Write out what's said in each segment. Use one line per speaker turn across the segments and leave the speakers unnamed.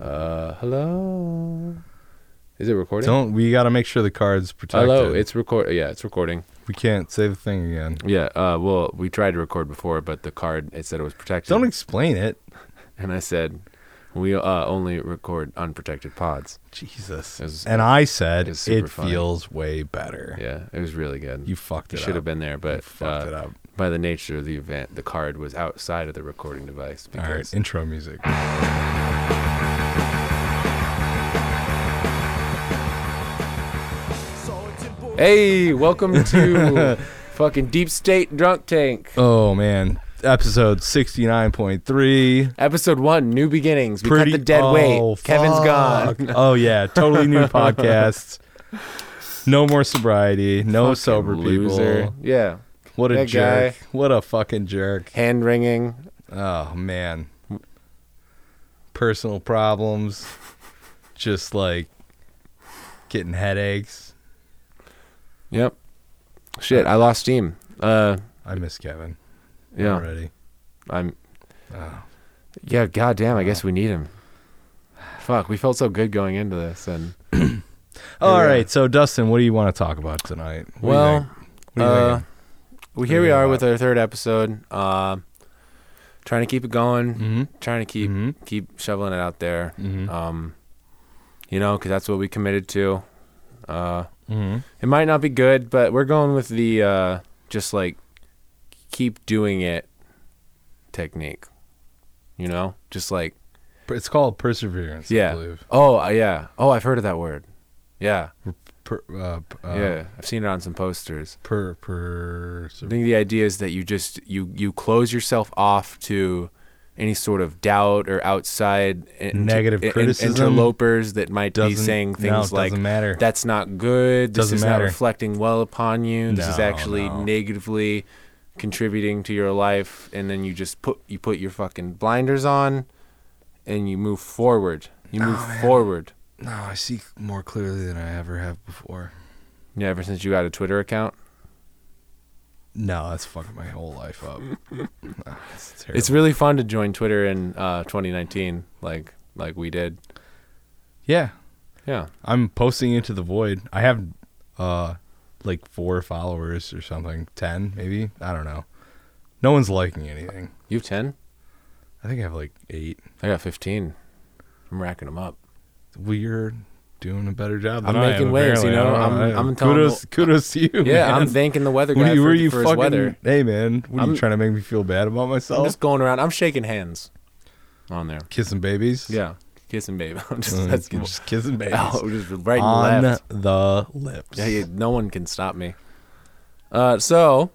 Uh, hello. Is it recording?
Don't we got to make sure the card's protected?
hello. It's record. Yeah, it's recording.
we can't say the thing again.
Yeah. Uh, well, we tried to record before, but the card it said it was protected.
Don't e- explain it.
and I said, we uh, only record unprotected pods.
Jesus.
It was-
and I said
it's
it,
super funny.
feels way better.
Yeah, it was really good.
You fucked
You
it.
should have
up.
been there,
You
but
fucked
uh,
it up.
by the nature of the event, the card was outside of the recording device. Because
All right, intro music.
Hey, welcome to fucking Deep State Drunk Tank.
Oh man, episode sixty nine point three.
Episode one, new beginnings. We cut the dead
oh,
weight. Kevin's
fuck.
gone.
oh yeah, totally new podcast. No more sobriety. No
Fucking
sober
loser.
people.
Oh, Yeah.
What a
That
jerk.
guy.
What a fucking jerk.
Hand wringing.
Oh man. Personal problems. Just like getting headaches.
Yep. Shit, I lost steam. Uh,
I miss Kevin
yeah.
already.
I'm.
Oh.
Yeah. Goddamn. I
Ah.
guess we need him. Fuck. We felt so good going into this, and
All
Yeah.
right, so Dustin, what do you want to talk about tonight? What do you
Well,
think? What do you
uh,
think?
we
do
here
you
we
think
are
about
with our third episode. Uh, trying to keep it going.
Mhm.
Trying to keep
Mhm.
keep shoveling it out there.
Mhm.
Um, you know, because that's what we committed to. Uh,
Mhm.
it might not be good, but we're going with the uh, just like keep doing it technique. You know, just like
Per- it's called perseverance. I
yeah.
believe.
Oh uh, yeah. Oh, I've heard of that word. Yeah,
Per, uh, p- uh,
yeah. I've seen it on some posters.
Per per.
I think the idea is that you just you you close yourself off to any sort of doubt or outside in-
Negative
in- in-
criticism
interlopers that might be
doesn't-
saying
no,
things
it
like
doesn't matter.
that's not good. This
Doesn't
is not
matter.
reflecting well upon you. This is
No,
actually
no.
negatively contributing to your life. And then you just put you put your fucking blinders on, and you move forward. You
Oh,
move forward.
no, I see more clearly than I ever have before.
Yeah, ever since you got a Twitter account,
No, that's fucking my whole life up. Ah, it's terrible.
it's really fun to join Twitter in uh, 2019, like like we did.
yeah.
Yeah,
I'm posting into the void. I have uh like four followers or something, ten maybe. I don't know. No one's liking anything.
you have 10.
I think I have like eight.
I got 15. I'm racking them up.
Well, you're doing a better job. Than
I'm
I am,
making waves, you
apparently.
know?
I don't
I'm-
know.
I'm telling
kudos, kudos to you.
Yeah,
man.
I'm thanking the weather guy
What are you,
for,
were you
for
fucking?
his weather.
Hey man, what are
I'm-
you trying to make me feel bad about
I'm
myself?
just going around. I'm shaking hands on there.
kissing babies.
Yeah, kissing baby. I'm just,
Mm,
that's
I'm just kissing babies
Oh, just right and
on
left.
the lips.
Yeah, yeah, no one can stop me. Uh, so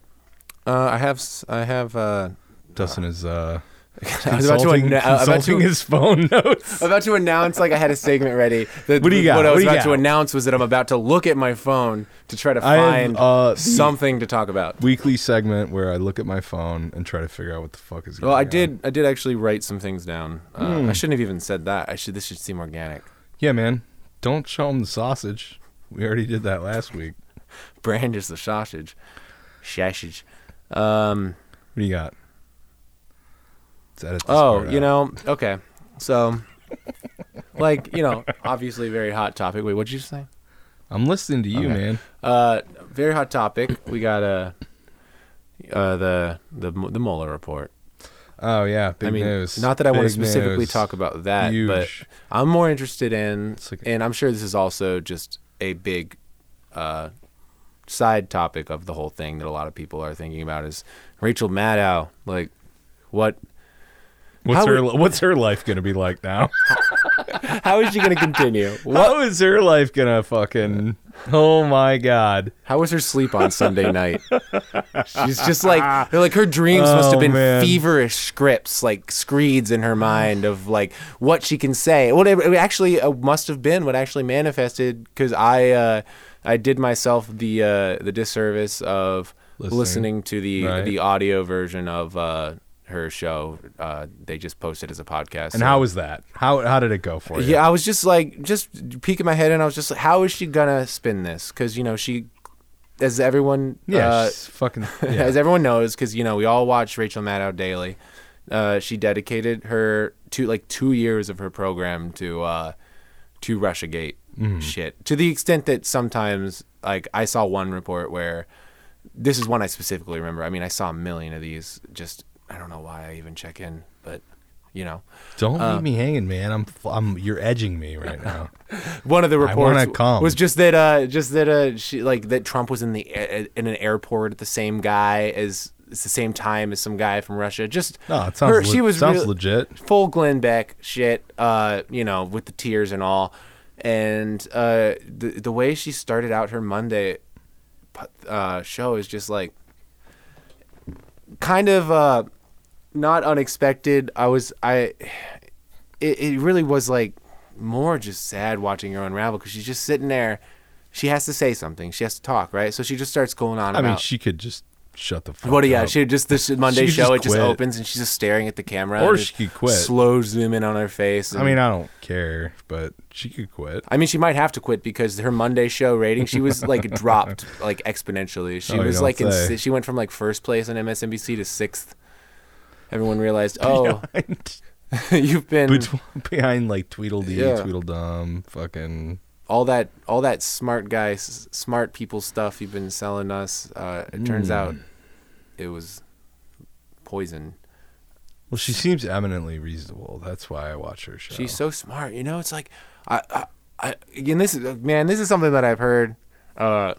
uh, I have s- I have uh,
Dustin is uh,
I was about to,
consulting,
anno- I was about
consulting
to
his phone notes.
I was about to announce like I had a segment ready. That
What do you got?
What I
What
was
do you
about to
got?
announce was that I'm about to look at my phone to try to
I have,
find
uh, the-
something to talk about.
Weekly segment where I look at my phone and try to figure out what the fuck is going
Well,
on.
I did. I did actually write some things down. Uh,
Hmm.
I shouldn't have even said that. I should. This should seem organic.
Yeah, man. Don't show him the sausage. We already did that last week.
Brand is the sausage. Sausage. Um,
What do you got? Let's edit this
oh,
part
you
out.
know. Okay. So, like, you know, obviously very hot topic. Wait, what'd you say?
I'm listening to you,
Okay.
man.
Uh, very hot topic. We got uh, uh, the the Mo- the Mueller report.
Oh yeah, big
I mean,
news.
not that I want to
Big
specifically
news.
talk about that, but
Huge.
I'm more interested in,
It's like-
and I'm sure this is also just a big uh, side topic of the whole thing that a lot of people are thinking about is Rachel Maddow. Like, what?
What's
How
her What's her life gonna be like now?
How is she going to continue? What?
How is her life gonna fucking? Oh my god!
How was her sleep on Sunday night? She's just like they're like her dreams must have
Oh,
been
man.
feverish scripts, like screeds in her mind of like what she can say. What it, it actually uh, must have been what actually manifested because I uh, I did myself the uh, the disservice of listening,
Listening.
to the
Right.
the audio version of uh, her show. Uh, they just posted as a podcast.
And
so-
how was that? How How did it go for you?
yeah, I was just like, just peeking my head, and I was just like, how is she gonna spin this? Because you know, she, as everyone,
yeah,
uh,
she's fucking. Yeah.
as everyone knows, because you know, we all watch Rachel Maddow daily. uh, she dedicated her two like two years of her program to uh, to Russiagate
Mm.
shit. To the extent that sometimes, like I saw one report where this is one I specifically remember. I mean, I saw a million of these. Just I don't know why I even check in, but you know,
Don't
Um,
leave me hanging, man. I'm, f- I'm, you're edging me right now.
one of the
wanna
reports
come.
was just that uh just that uh she, like that Trump was in the a- in an airport at the same guy as it's the same time as some guy from Russia. Just
No, it sounds.
her-
le-
she was
sounds
real-
legit.
full Glenn Beck shit, uh, you know, with the tears and all. And uh, the the way she started out her Monday uh, show is just like kind of uh, not unexpected. I was I it, it really was like more just sad watching her unravel because she's just sitting there. She has to say something. She has to talk, right? So she just starts going on
I
about.
mean, she could just shut the fuck
What do
up.
you yeah, she just this Monday
could
show
just
it just
quit.
opens and she's just staring at the camera.
Or
and
she
it
could quit.
Slow zoom in on her face.
I
and-
mean, I don't care, but she could quit.
I mean, she might have to quit because her Monday show rating, she was like dropped like exponentially. She
Oh, you
was
don't
like in,
say.
si- she went from like first place on MSNBC to sixth. Everyone realized, oh,
Behind,
you've been
between- behind like Tweedledee,
Yeah.
Tweedledum, fucking.
all that all that smart guy, s- smart people stuff you've been selling us. Uh, it
Hmm.
turns out it was poison.
Well, she seems eminently reasonable. That's why I watch her show.
She's so smart. You know, it's like I, I, I again. This is man. This is something that I've heard. Uh,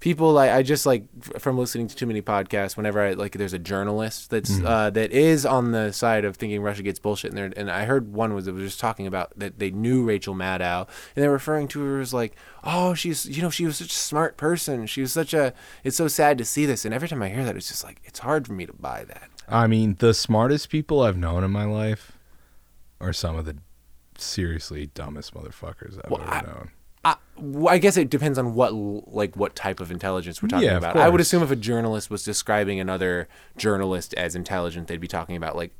people like I just like f- from listening to too many podcasts. Whenever I like, there's a journalist that's uh, that is on the side of thinking Russia gets bullshit. And there, and I heard one was that was just talking about that they knew Rachel Maddow, and they're referring to her as like, oh, she's you know she was such a smart person. She was such a. It's so sad to see this. And every time I hear that, it's just like it's hard for me to buy that.
I mean, the smartest people I've known in my life are some of the seriously dumbest motherfuckers I've
Well,
ever
I-
known.
I, well, I guess it depends on what l- like what type of intelligence we're talking
Yeah, of
about. I would
course.
assume if a journalist was describing another journalist as intelligent, they'd be talking about like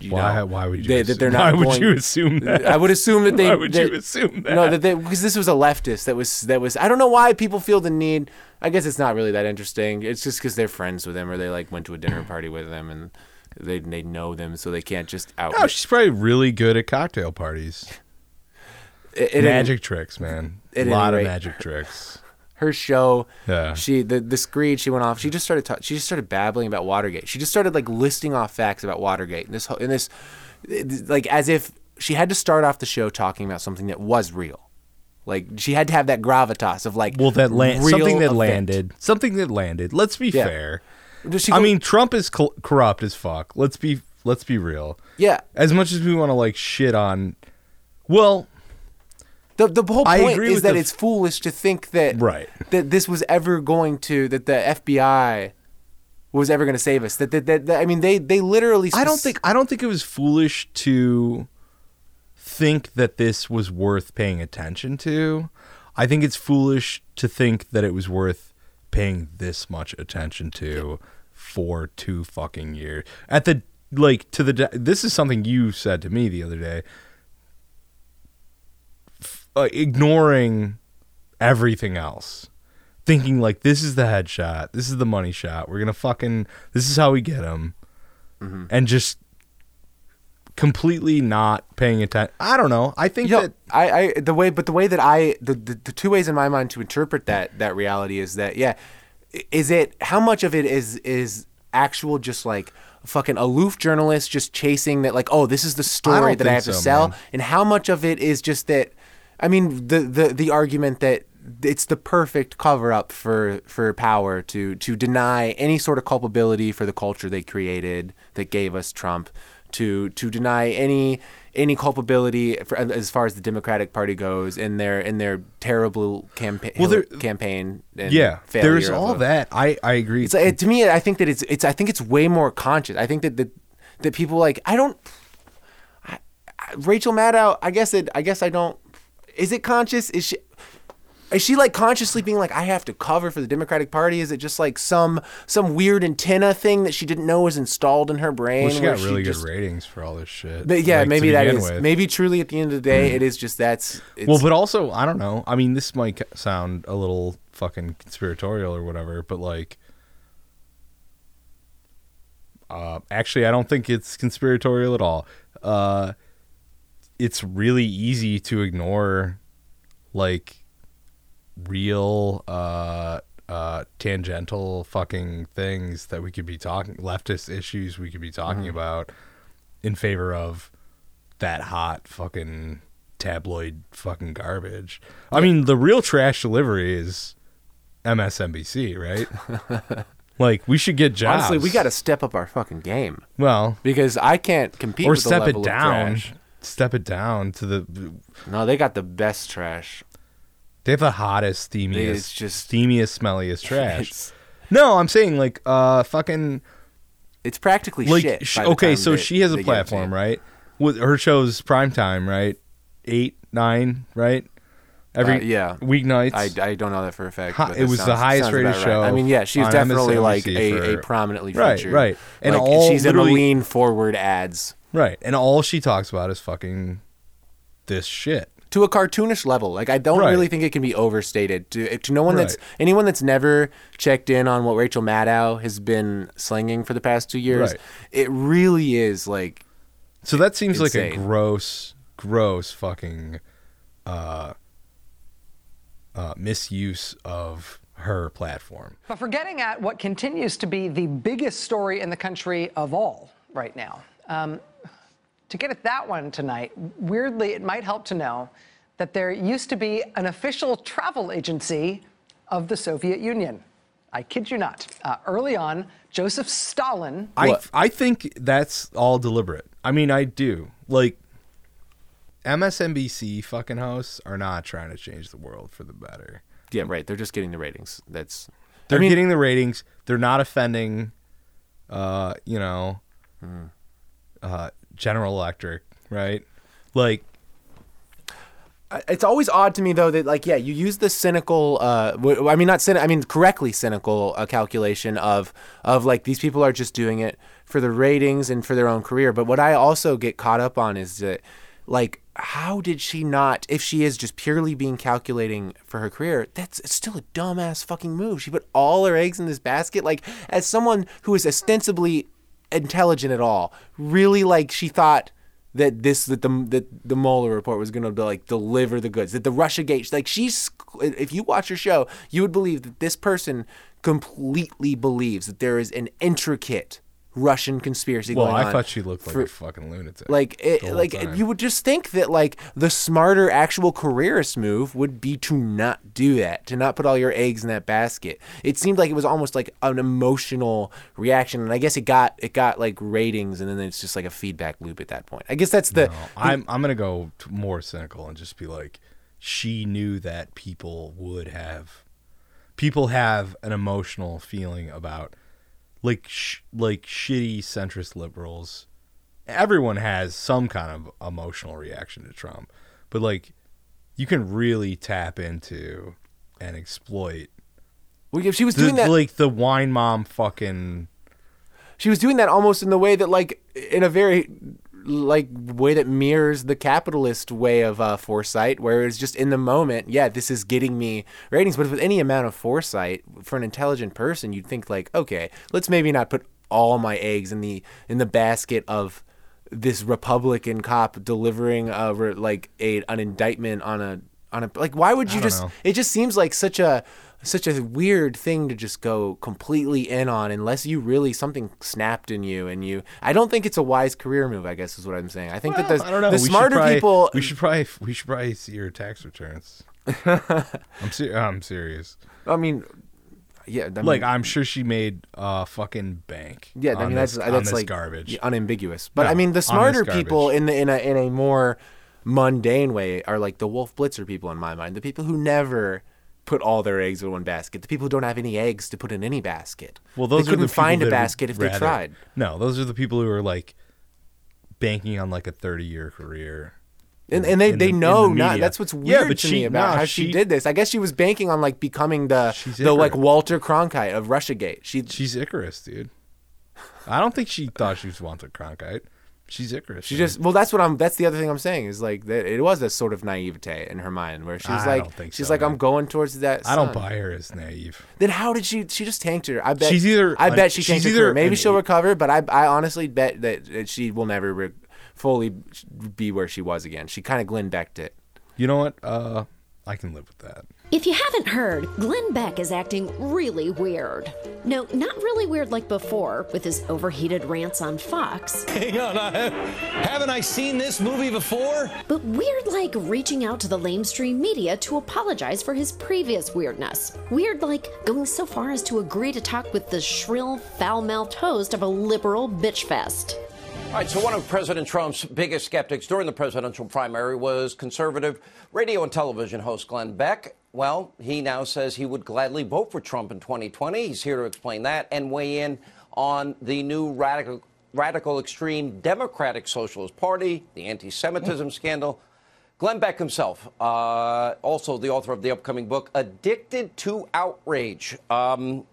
you
why?
know,
why would you?
they-
assume,
that they're
why
not
would
going-
you assume that?
I would assume that they
why would
that-
you assume that?
no, that they because this was a leftist that was that was. I don't know why people feel the need. I guess it's not really that interesting. It's just because they're friends with them or they like went to a dinner party with them and they they know them, so they can't just out
no, Oh, she's probably really good at cocktail parties.
At- at any-
magic tricks, man. A
at any
lot of
rate.
magic tricks.
her show.
Yeah.
She the the screed she went off. She just started ta- she just started babbling about Watergate. She just started like listing off facts about Watergate. And this whole- and this like as if she had to start off the show talking about something that was real. Like she had to have that gravitas of like
Well, that land
real
something that
event.
landed, something that landed. Let's be
Yeah.
fair.
She
I
go-
mean, Trump is cl- corrupt as fuck. Let's be let's be real.
yeah.
As much as we want to like shit on, well,
The the whole
I
point
agree
is
with
that
the-
it's foolish to think that
Right.
that this was ever going to that the FBI was ever going to save us. That that, that that I mean they they literally
I don't
spec-
think I don't think it was foolish to think that this was worth paying attention to. I think it's foolish to think that it was worth paying this much attention to for two fucking years. At the like to the de- this is something you said to me the other day. F- uh, ignoring everything else. Thinking like this is the headshot, this is the money shot. We're going to fucking this is how we get him
Mm-hmm.
and just completely not paying attention. I don't know. I think
you know,
that
I, I the way but the way that I the, the the two ways in my mind to interpret that that reality is that yeah i- is it how much of it is is actual just like fucking aloof journalist just chasing that like oh this is the story
don't
that I
think
have to
so,
sell
man.
and how much of it is just that I mean the the the argument that it's the perfect cover up for for power to to deny any sort of culpability for the culture they created that gave us Trump to to deny any any culpability for, as far as the Democratic Party goes in their in their terrible campaign
Well, there-
campaign and
yeah,
failure
there's
of
all
a-
that. I I agree.
it's like, to me, I think that it's it's I think it's way more conscious. I think that that, that people like I don't. I, I, Rachel Maddow, I guess it. I guess I don't. Is it conscious? Is she? Is she like consciously being like I have to cover for the Democratic Party? Is it just like some some weird antenna thing that she didn't know was installed in her brain?
well, she
where
got really good
just-
ratings for all this shit.
But yeah,
like, to
maybe that
begin
is.
with. Hmm.
Maybe truly at the end of the day, it is just that's. It's,
well, but also I don't know. I mean, this might ca- sound a little fucking conspiratorial or whatever, but like. Uh, actually, I don't think it's conspiratorial at all. Uh, it's really easy to ignore, like, real uh, uh, tangential fucking things that we could be talking, leftist issues we could be talking
Mm-hmm.
about in favor of that hot fucking tabloid fucking garbage. I mean, the real trash delivery is MSNBC, right? like, we should get jobs.
Honestly, we got to step up our fucking game
Well,
because I can't compete.
or
with the
step
level of
it down.
trash.
Step it down to the.
No, they got the best trash.
They have the hottest, steamiest,
It's just-
steamiest, smelliest trash.
It's,
no, I'm saying like uh, fucking
it's practically
like
shit.
sh-
by the
okay,
time
so
they-
she has a
they give it to
platform,
you.
right? With her show's prime time, right? Eight, nine, right? Every
Uh, yeah.
weeknights.
I, I don't know that for a fact.
Hi-
but
it
that
was the
sounds-
highest
sounds
rated
about right. I
show
mean, yeah, she's
on
definitely like a,
MSNBC for-
a prominently
Right,
featured.
right. And
like,
all
she's in the
literally-
lean forward ads
right, and all she talks about is fucking this shit.
to a cartoonish level. Like I don't
Right.
really think it can be overstated to to no one that's
Right.
anyone that's never checked in on what Rachel Maddow has been slinging for the past two years.
Right.
It really is like
So that seems like a
Insane.
gross, gross fucking uh, uh, misuse of her platform.
But for getting at what continues to be the biggest story in the country of all right now, um, to get at that one tonight, weirdly, it might help to know that there used to be an official travel agency of the Soviet Union. I kid you not. Uh, early on, Joseph Stalin
I,
What?
I think that's all deliberate. I mean, I do. Like, MSNBC fucking hosts are not trying to change the world for the better.
yeah, right. They're just getting the ratings. That's
They're
I mean,
getting the ratings. They're not offending, uh, you know,
Hmm.
uh, General Electric, right? Like,
it's always odd to me though that like yeah you use the cynical uh w- i mean not cynical i mean correctly cynical uh, calculation of of like these people are just doing it for the ratings and for their own career but what i also get caught up on is that like how did she not if she is just purely being calculating for her career that's it's still a dumbass fucking move she put all her eggs in this basket like as someone who is ostensibly intelligent at all really like she thought that this that the that the Mueller report was going to like deliver the goods. That the Russia gate, like she's, if you watch her show, you would believe that this person completely believes that there is an intricate Russian conspiracy
well,
going on.
I thought she looked like
for-
a fucking lunatic.
like it,
the whole
like
time.
you would just think that like the smarter actual careerist move would be to not do that to not put all your eggs in that basket it seemed like it was almost like an emotional reaction and i guess it got it got like ratings and then it's just like a feedback loop at that point i guess that's the
No, I'm I'm gonna go t- more cynical and just be like, she knew that people would have, people have an emotional feeling about, like sh- like shitty centrist liberals. Everyone has some kind of emotional reaction to Trump, but like, you can really tap into and exploit
well, if she was
the,
doing that
like the wine mom fucking
she was doing that almost in the way that like in a very like way that mirrors the capitalist way of uh, foresight where it's just in the moment yeah this is getting me ratings but with any amount of foresight for an intelligent person you'd think like okay let's maybe not put all my eggs in the in the basket of this republican cop delivering a re- like a an indictment on a on a like why would you
don't
just
know.
it just seems like such a such a weird thing to just go completely in on unless you really something snapped in you and you I don't think it's a wise career move I guess is what I'm saying. I think that
Well,
the,
I don't know.
the
We should
smarter
probably-
people
We should probably we should probably see your tax returns. I'm ser- I'm serious.
I mean yeah, I mean,
Like I'm sure she made uh fucking bank.
Hmm. yeah, I
on
mean
this-
that's
on
that's
this
like
garbage.
yeah, unambiguous. But
No,
I mean
on
the
this
smarter people
garbage.
in the in a in a more mundane way are like the wolf blitzer people in my mind, the people who never put all their eggs in one basket, the people who don't have any eggs to put in any basket.
Well,
they
those are the
couldn't
people
find
that
a
would
basket if they
rather-
tried.
No, those are the people who are like banking on like a 30 year career.
And, and they,
in
they
the- in
know
the
not.
media.
That's what's
Yeah,
weird
but
to
she-
me about
nah,
how she,
she-
did this. I guess she was banking on like becoming the
She's
the like
ignorant.
Walter Cronkite of Russiagate. She
She's Icarus, dude. I don't think she thought she was Walter Cronkite. She's Icarus.
She just well, that's what I'm. That's the other thing I'm saying is like that it was a sort of naivete in her mind where she's
I
like,
don't think
she's
so,
like, I'm
man.
going towards that.
I
sun."
don't buy her as naive.
Then how did she? She just tanked her. I bet
She's either
I
an-
bet she
she's
tanked her.
either
career. Maybe
an e-
she'll
eight-
recover, but I I honestly bet that that she will never re- fully be where she was again. She kind of Glenn Becked it.
You know what? Uh, I can live with that.
If you haven't heard, Glenn Beck is acting really weird. No, not really weird like before, with his overheated rants on Fox,
Hang on, I, haven't I seen this movie before?
but weird like reaching out to the lamestream media to apologize for his previous weirdness. Weird like going so far as to agree to talk with the shrill, foul mouthed host of a liberal bitch fest.
All right, so one of President Trump's biggest skeptics during the presidential primary was conservative radio and television host Glenn Beck. Well, he now says he would gladly vote for Trump in 2020. He's here to explain that and weigh in on the new radical, radical extreme Democratic Socialist Party, the anti Semitism scandal. Glenn Beck himself, uh, also the author of the upcoming book, Addicted to Outrage. Um,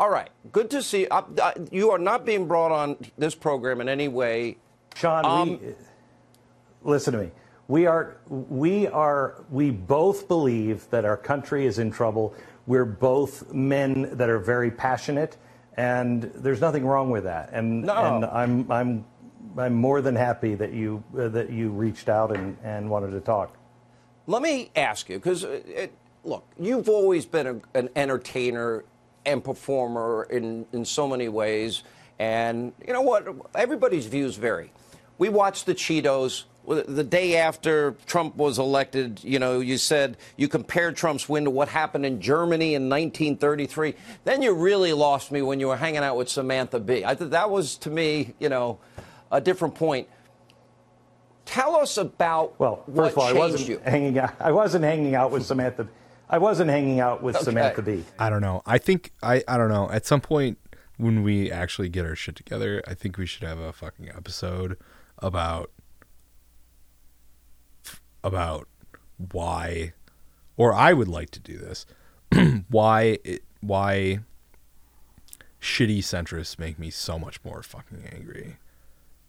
all right. Good to see. Uh, uh, you are not being brought on this program in any way.
Sean,
Um,
we, listen to me. We are, we are, we both believe that our country is in trouble. We're both men that are very passionate, and there's nothing wrong with that. And,
No.
and I'm, I'm, I'm more than happy that you uh, that you reached out and, and wanted to talk.
Let me ask you, because look, you've always been a, an entertainer and performer in, in so many ways. And you know what? Everybody's views vary. We watched the Cheetos. The day after Trump was elected, you know, you said you compared Trump's win to what happened in Germany in 1933. Then you really lost me when you were hanging out with Samantha Bee. I thought that was, to me, you know, a different point. Tell us about
Well, first
what
of all, I
changed
wasn't
you.
hanging out. I wasn't hanging out with Samantha. I wasn't hanging out with Samantha B.
I don't know. I think I I don't know. At some point when we actually get our shit together, I think we should have a fucking episode about about why or I would like to do this. why it, why shitty centrists make me so much more fucking angry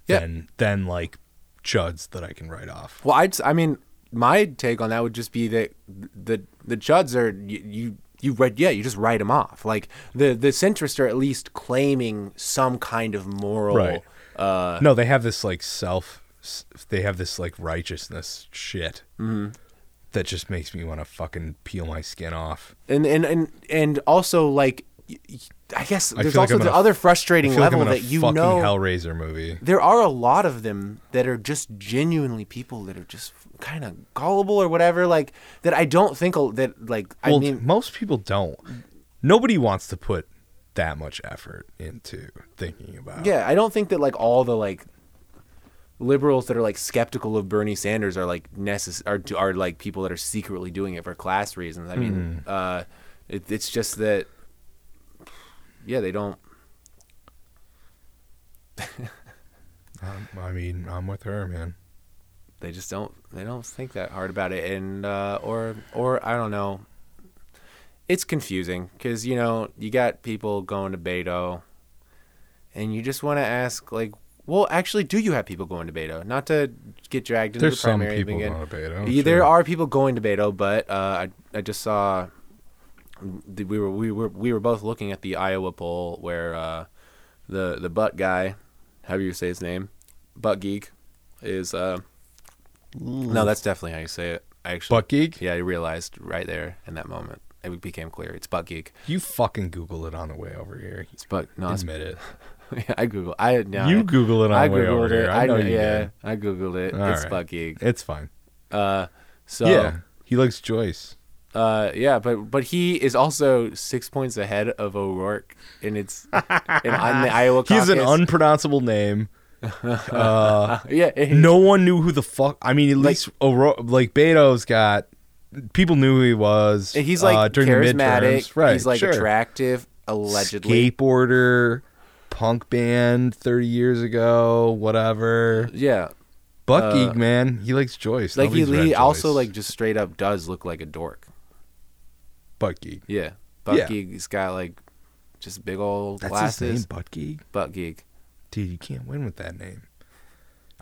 Yeah.
than than like chuds that I can write off.
Well, I'd, s- I mean, my take on that would just be that the the Judds are you. you you read, yeah. You just write them off. Like the the centrists are at least claiming some kind of moral.
Right.
uh,
no, they have this like self. s- They have this like righteousness shit
Mm-hmm.
that just makes me want to fucking peel my skin off.
and and and and also like y- y- I guess
I
there's
feel like
also
I'm in
the
a-
other
I
frustrating
feel
level
like I'm in
that
a
you
fucking
know
Hellraiser movie.
there are a lot of them that are just genuinely people that are just kind of gullible or whatever like that I don't think will- that like
Well,
I mean
most people don't. Nobody wants to put that much effort into thinking about.
yeah I don't think that like all the like liberals that are like skeptical of Bernie Sanders are like necess- are are like people that are secretly doing it for class reasons I
Hmm.
mean uh it, it's just that yeah they don't
I'm- um, I mean, I'm with her, man.
they just don't they don't think that hard about it and uh, or or I don't know. It's confusing because you know you got people going to Beto, and you just want to ask like, well, actually, do you have people going to Beto? Not to get dragged into
There's
the
some
primary
people
again.
going to Beto,
Yeah, There
sure.
are people going to Beto, but uh, I I just saw the- we were we were we were both looking at the Iowa poll where uh, the the butt guy, how do you say his name, butt geek, is uh, no, that's definitely how you say it. I actually
Mm. Butt geek?
Yeah, I realized right there in that moment. It became clear. It's butt geek.
You fucking Google it on the way over here.
It's butt. No, it's,
Admit it.
I Google. I no,
You
I-
Google it on
I
the way
Googled
over
it.
here. I know
kn-
you
Yeah,
did.
I Googled it.
All
it's
right.
butt geek.
It's fine.
So
yeah, he likes Joyce.
Uh, yeah, but but he is also six points ahead of O'Rourke, and it's and on the Iowa
He's
caucus.
an unpronounceable name.
yeah. he-
no one knew who the fuck. I mean, at least Oro- like Beto's got people knew who he was.
he's
uh,
like
during the
charismatic.
midterms. right?
He's like
sure.
attractive, allegedly.
skateboarder, punk band thirty years ago, whatever.
Yeah,
Buck Geek man, he likes Joyce.
Uh, like he,
Nobody's read
he also
Joyce.
like just straight up does look like a dork.
Buck Geek.
Yeah,
Yeah.
butt geek has got like just big old
That's his
glasses.
name, Butt Geek.
Butt geek.
Dude, you can't win with that name.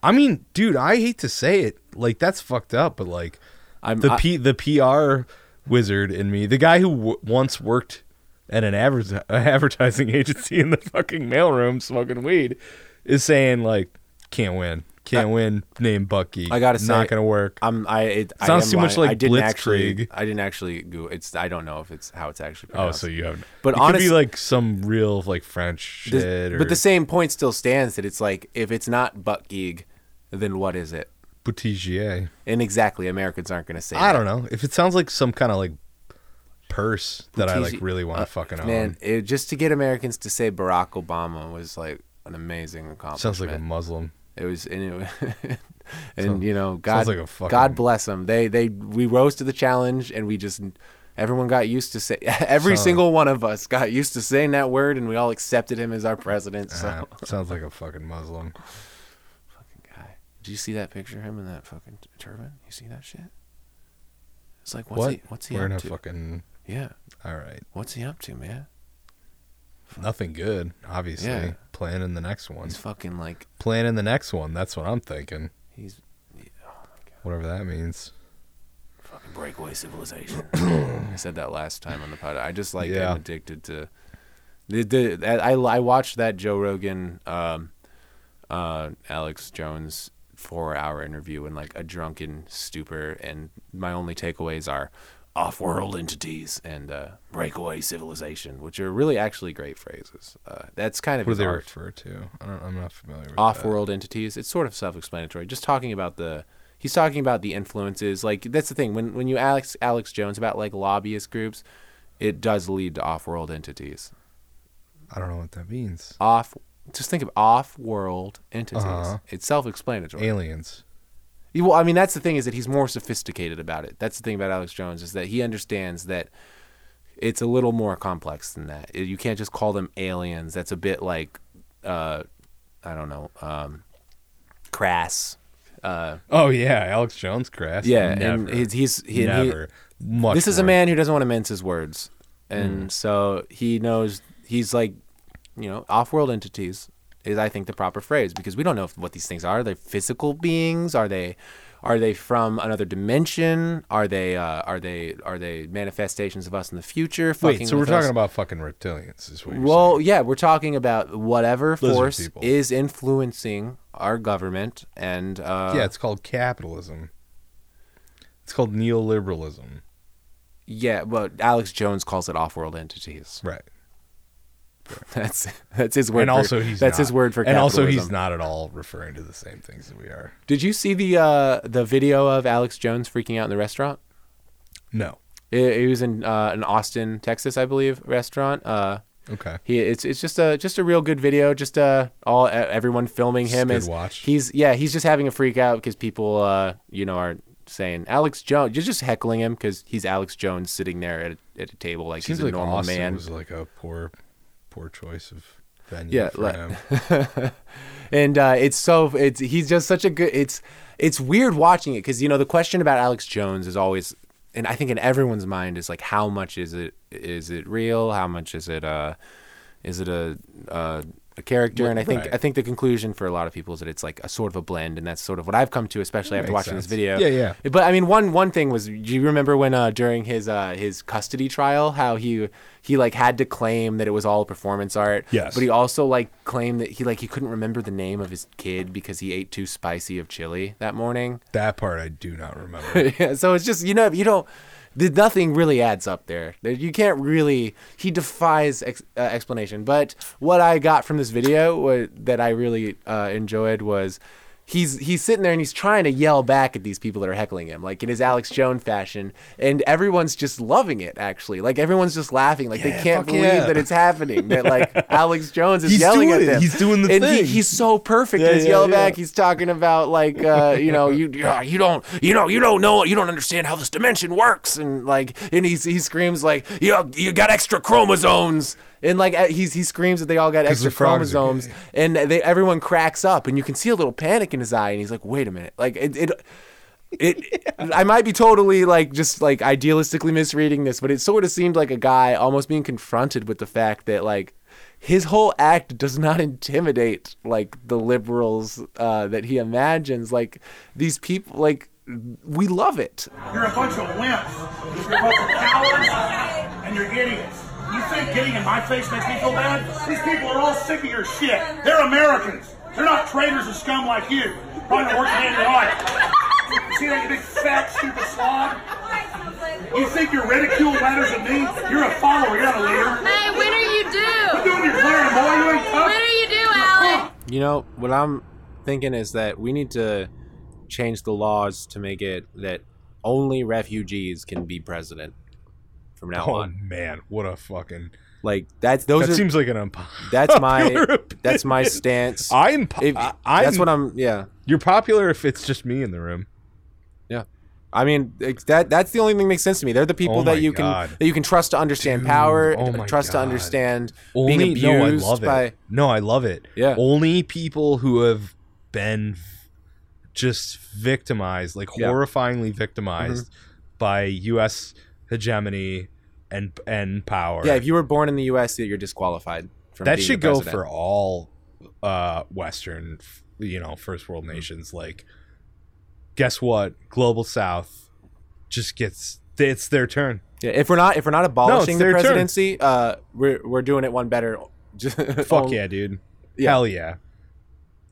I mean, dude, I hate to say it, like that's fucked up, but like
I'm-
the
I-
P, the PR wizard in me, the guy who w- once worked at an adver- advertising agency in the fucking mailroom smoking weed, is saying like, can't win, can't win. Name Bucky.
I gotta say,
not gonna work.
I'm. I. It I
Sounds
am
too much
lying.
like
I didn't actually.
Blitzkrieg.
I didn't actually. Go, it's. I don't know if it's how it's actually.
oh,
Pronounced.
so you have,
But
it could
honest-
be like some real like French
The-
shit, or
But the same point still stands that it's like if it's not Buck Geeg, then what is it?
Boutignier.
And exactly, Americans aren't going to say. that.
I don't know if it sounds like some kind of like purse that I like
Boutige-
really want to fucking own.
Uh, Man, it, just to get Americans to say Barack Obama was like an amazing accomplishment.
Sounds like a Muslim.
It was and it, and you know God
sounds like a fucking-
God bless them. They they we rose to the challenge and we just everyone got used to say every single one of us got used to saying that word and we all accepted him as our president. So
Ah, sounds like a fucking Muslim.
guy, do you see that picture of him in that fucking t- turban? You see that shit? It's like what's
what?
he what's he
Wearing
up
a
to?
fucking.
yeah,
All right,
what's he up to, man?
nothing good. Obviously,
Yeah.
planning the next one.
He's fucking like
Planning the next one. That's what I'm thinking.
he's
Whatever that means.
fucking breakaway civilization. I said that last time on the pod. I just like
Yeah.
am addicted to the the that- I I watched that Joe Rogan um uh Alex Jones four hour interview in like a drunken stupor and my only takeaways are off world entities and uh breakaway civilization, which are really actually great phrases. Uh that's kind of
What do
his
they
art
refer to? I don't, I'm not familiar with that.
off-world entities. It's sort of self-explanatory. Just talking about the he's talking about the influences. Like that's the thing when when you Alex Alex Jones about like lobbyist groups, it does lead to off-world entities.
I don't know what that means.
Off just think of off-world entities.
Uh-huh.
It's self-explanatory.
Aliens.
Yeah, Well, I mean, that's the thing is that he's more sophisticated about it. That's the thing about Alex Jones is that he understands that it's a little more complex than that. It- You can't just call them aliens. That's a bit like, uh, I don't know, um, crass. Uh,
Oh yeah, Alex Jones crash.
yeah,
never.
and he's, he's he, and he-
never. Much
this is a
more.
man who doesn't want to mince his words,
Mm.
and so he knows he's like, you know, off-world entities is I think the proper phrase because we don't know if, what these things are. Are they physical beings? Are they, are they from another dimension? Are they, uh, are they, are they manifestations of us in the future?
Wait, so we're
with
talking
us?
about fucking reptilians, is what you're
Well, yeah, we're talking about whatever
Lizard
force
people.
is influencing our government and uh,
saying. Yeah, it's called capitalism. It's called neoliberalism.
yeah. But Alex Jones calls it off-world entities.
Right.
That's that's his word.
and
for-
also he's
that's
not.
his word for
and also he's
capitalism.
not at all referring to the same things that we are.
Did you see the uh, the video of Alex Jones freaking out in the restaurant?
No.
It, it was in uh, an Austin, Texas, I believe, restaurant. Uh,
Okay.
he it's it's just a just a real good video. Just uh all e- everyone filming him
good
as
watch.
he's yeah he's just having a freak out because people uh you know are saying Alex Jones you're just heckling him because he's Alex Jones sitting there at a, at a table like
Seems
he's a
like
normal
Austin
man.
was like a poor, poor choice of venue.
Yeah,
for
like-
him.
and uh, it's so it's he's just such a good it's it's weird watching it because you know the question about alex jones is always and i think in everyone's mind is like how much is it is it real how much is it uh is it a uh, a character and i think
Right.
i think the conclusion for a lot of people is that it's like a sort of a blend and that's sort of what i've come to especially after
makes
watching this
sense.
video
Yeah, yeah.
but I mean, one one thing was, do you remember when uh, during his uh, his custody trial, how he he like had to claim that it was all performance art?
Yes.
But he also like claimed that he like he couldn't remember the name of his kid because he ate too spicy of chili that morning.
that part I do not remember.
Yeah, so it's just you know you don't. the- Nothing really adds up there. There- You can't really. He defies ex, uh, explanation. But what I got from this video wa- that I really uh, enjoyed was he's he's sitting there and he's trying to yell back at these people that are heckling him, like in his Alex Jones fashion, and everyone's just loving it. Actually, like everyone's just laughing, like they can't
fuck
believe
yeah.
that it's happening. That like Alex Jones is
He's
yelling at
doing it.
them.
He's doing the
and
thing.
He, he's so perfect
Yeah,
in his
yeah,
yell
yeah.
back. He's talking about like uh, you know you uh, you don't you know you don't know you don't understand how this dimension works and like and he's, he screams like you you got extra chromosomes and like uh, he's he screams that they all got extra
the frogs are
chromosomes
gay.
and they everyone cracks up and you can see a little panic in his eye and he's like wait a minute like it. it it, I might be totally like just like idealistically misreading this, but it sort of seemed like a guy almost being confronted with the fact that like his whole act does not intimidate like the liberals uh, that he imagines. Like these people, like we love it.
You're a bunch of wimps. You're a bunch of cowards and you're idiots. You think getting in my face makes me feel bad? These people are all sick of your shit. They're Americans. They're not traitors and scum like you. Probably the worst man in your life. You see that you big fat stupid slob? You think your ridicule matters to me? You're a follower. You're not a leader.
Hey, when are you
You're
due?
doing your clearing, boy. You ain't tough.
When are you due, Alec?
You know, what I'm thinking is that we need to change the laws to make it that only refugees can be president from now
Oh
on.
man, what a fucking
Like that's those
that
are
seems like an unpopular.
that's my
opinion.
that's my stance.
I'm po-
If-
I- I'm
that's what I'm yeah.
You're popular if it's just me in the room.
Yeah. I mean it's- that that's the only thing that makes sense to me. They're the people
Oh my
that you
God.
can that you can trust to understand power,
oh my
trust to
God.
understand
Only
being abused
no, I love
by
it. No, I love it.
Yeah.
Only people who have been v- just victimized, like
Yeah. Mm-hmm.
horrifyingly victimized by U.S. hegemony and and power.
Yeah, if you were born in the US you're disqualified from
that
being
should
the
go
president.
for all uh, Western, f- you know, first world
Mm-hmm.
nations. Like, guess what? Global South just gets it's their turn.
Yeah, if we're not if we're not abolishing the
their turn.
presidency, uh, we're we're doing it one better. Just-
Fuck
oh,
yeah, dude.
yeah.
Hell yeah.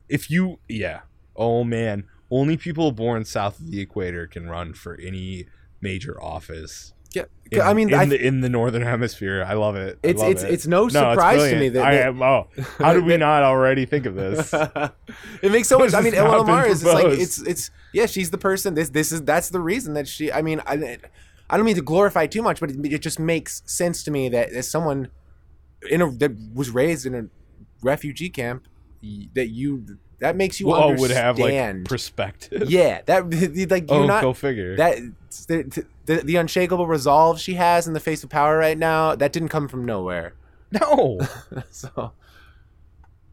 If you yeah. Oh man. Only people born south of the equator can run for any major office.
yeah.
In,
I mean,
in
I,
the in the northern hemisphere, I love it. I
It's-
love
it's-
it.
it's no surprise to
brilliant.
me that-
I
that-
am. Oh, how did we not already think of this?
it makes so much. I
This
mean,
has not
Ellen Lamar
been
is it's like
proposed.
it's it's yeah. She's the person. This this is that's the reason that she. I mean, I I don't mean to glorify too much, but it, it just makes sense to me that as someone in a that was raised in a refugee camp, y- that you that makes you
Well,
understand.
would have like perspective.
yeah, that like you're
oh,
not
go figure.
that the, the, the unshakable resolve she has in the face of power right now that didn't come from nowhere
no.
so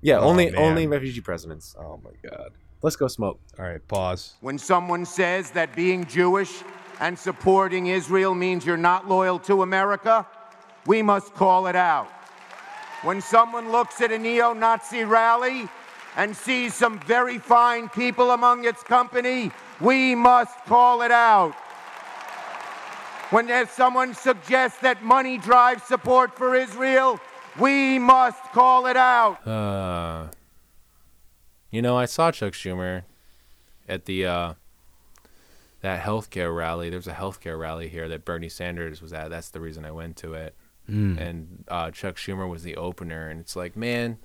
yeah
Oh,
only
man.
only refugee presidents
oh my god.
let's go smoke
All right, pause.
When someone says that being Jewish and supporting Israel means you're not loyal to America, we must call it out. When someone looks at a neo Nazi rally and sees some very fine people among its company, we must call it out. When there's someone suggests that money drives support for Israel, we must call it out.
you know i saw chuck schumer at the uh that healthcare rally there's a healthcare rally here that bernie sanders was at that's the reason i went to it and uh chuck schumer was the opener and it's like man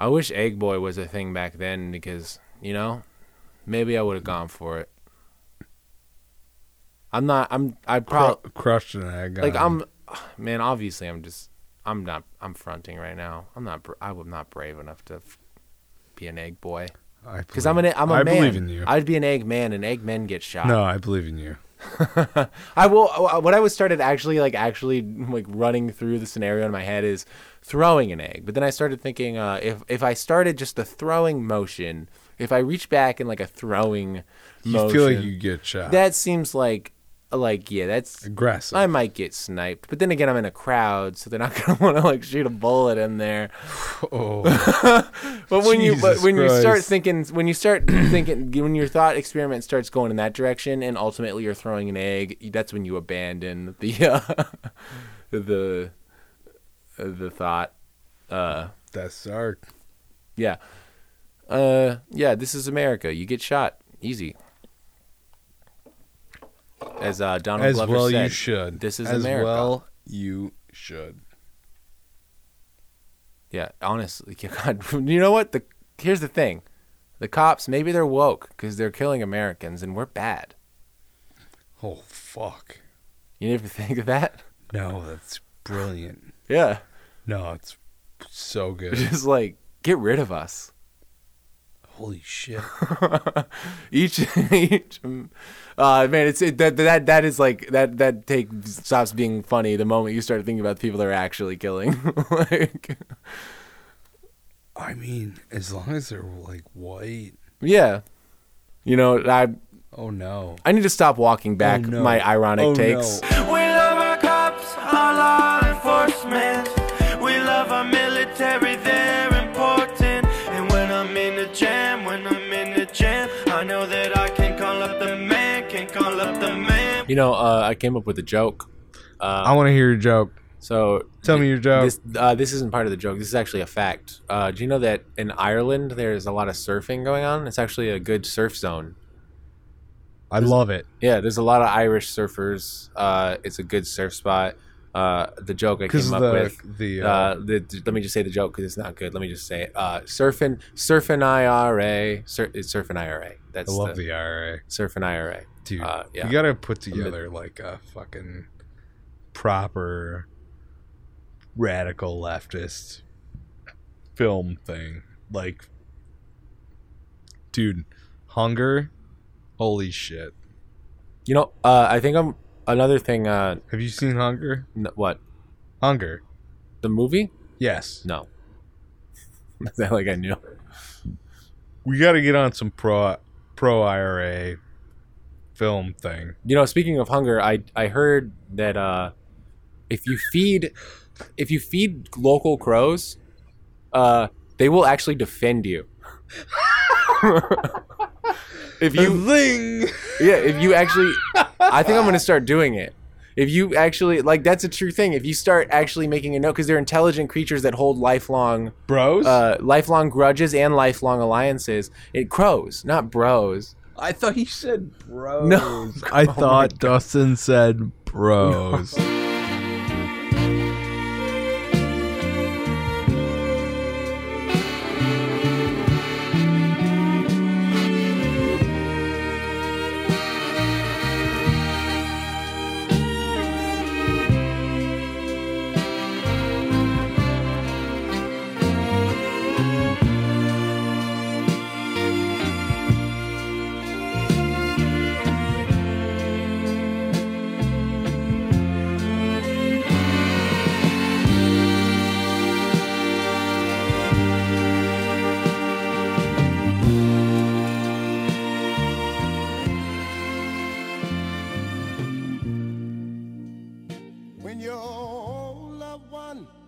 i wish egg boy was a thing back then because you know maybe i would have gone for it i'm not i'm i probably
crushed an egg.
like
on-
I'm, man. Obviously, I'm just, I'm not, I'm fronting right now. I'm not, br- I was not brave enough to f- be an egg boy
I
because I'm an, e, I'm a
I
man.
believe in you.
I'd be an egg man, and egg men get shot.
no, I believe in you.
I will. uh, What I was started actually like actually like running through the scenario in my head is throwing an egg, but then I started thinking uh, if if I started just the throwing motion, if I reach back in like a throwing,
You
motion,
feel like you get shot.
that seems like like yeah that's
Aggressive.
i might get sniped but then again i'm in a crowd so they're not gonna want to like shoot a bullet in there but when you but
Oh. Jesus
when you start
Christ.
thinking when you start thinking when your thought experiment starts going in that direction and ultimately you're throwing an egg that's when you abandon the uh, the the thought
That's our
yeah uh yeah this is america you get shot easy as uh, Donald
as
Glover
well
said,
you should.
This is
as
America.
well you should.
Yeah, honestly, God, you know what? The here's the thing: the cops maybe they're woke because they're killing Americans, and we're bad.
Oh fuck.
You never think of that?
No, that's brilliant.
Yeah,
No, it's so good.
just like get rid of us.
Holy shit.
Each, each, uh, man, it's it, that that that is like that that take stops being funny the moment you start thinking about the people they're actually killing. like,
I mean, as long as they're like white.
yeah, you know, I
Oh no.
I need to stop walking back
Oh, no.
my ironic
Oh, no.
takes.
We love our cops, our law enforcement. We love our military. call up the man.
You know, uh, I came up with a joke. Uh,
I want to hear your joke.
So
Tell me your joke.
This, uh, this isn't part of the joke. This is actually a fact. Uh, do you know that in Ireland there's a lot of surfing going on? It's actually a good surf zone.
I love it.
Yeah, there's a lot of Irish surfers. Uh, it's a good surf spot. Uh, the joke I
'Cause
came up
the-
with.
the,
uh,
uh,
the, d- let me just say the joke because it's not good. Let me just say it. Uh, surfing, surfing IRA. Sur, it's surfing IRA. That's
I love the IRA.
Surfing IRA.
Dude,
uh, yeah.
you got to put together like a fucking proper radical leftist film thing. Like, dude, hunger. Holy shit.
You know, uh, I think I'm another thing. Uh,
Have you seen Hunger?
n- what
Hunger.
the movie?
Yes.
No. Is that like I knew?
We got to get on some pro pro IRA film thing.
You know, speaking of hunger, I I heard that uh, if you feed if you feed local crows, uh, they will actually defend you. if you
Zing!
yeah, if you actually, I think I'm gonna start doing it. If you actually like, that's a true thing. If you start actually making a note, because they're intelligent creatures that hold lifelong
Bros?
uh, lifelong grudges and lifelong alliances. It crows, not bros.
I thought he said bros.
No.
I thought Dustin said bros.
When your loved one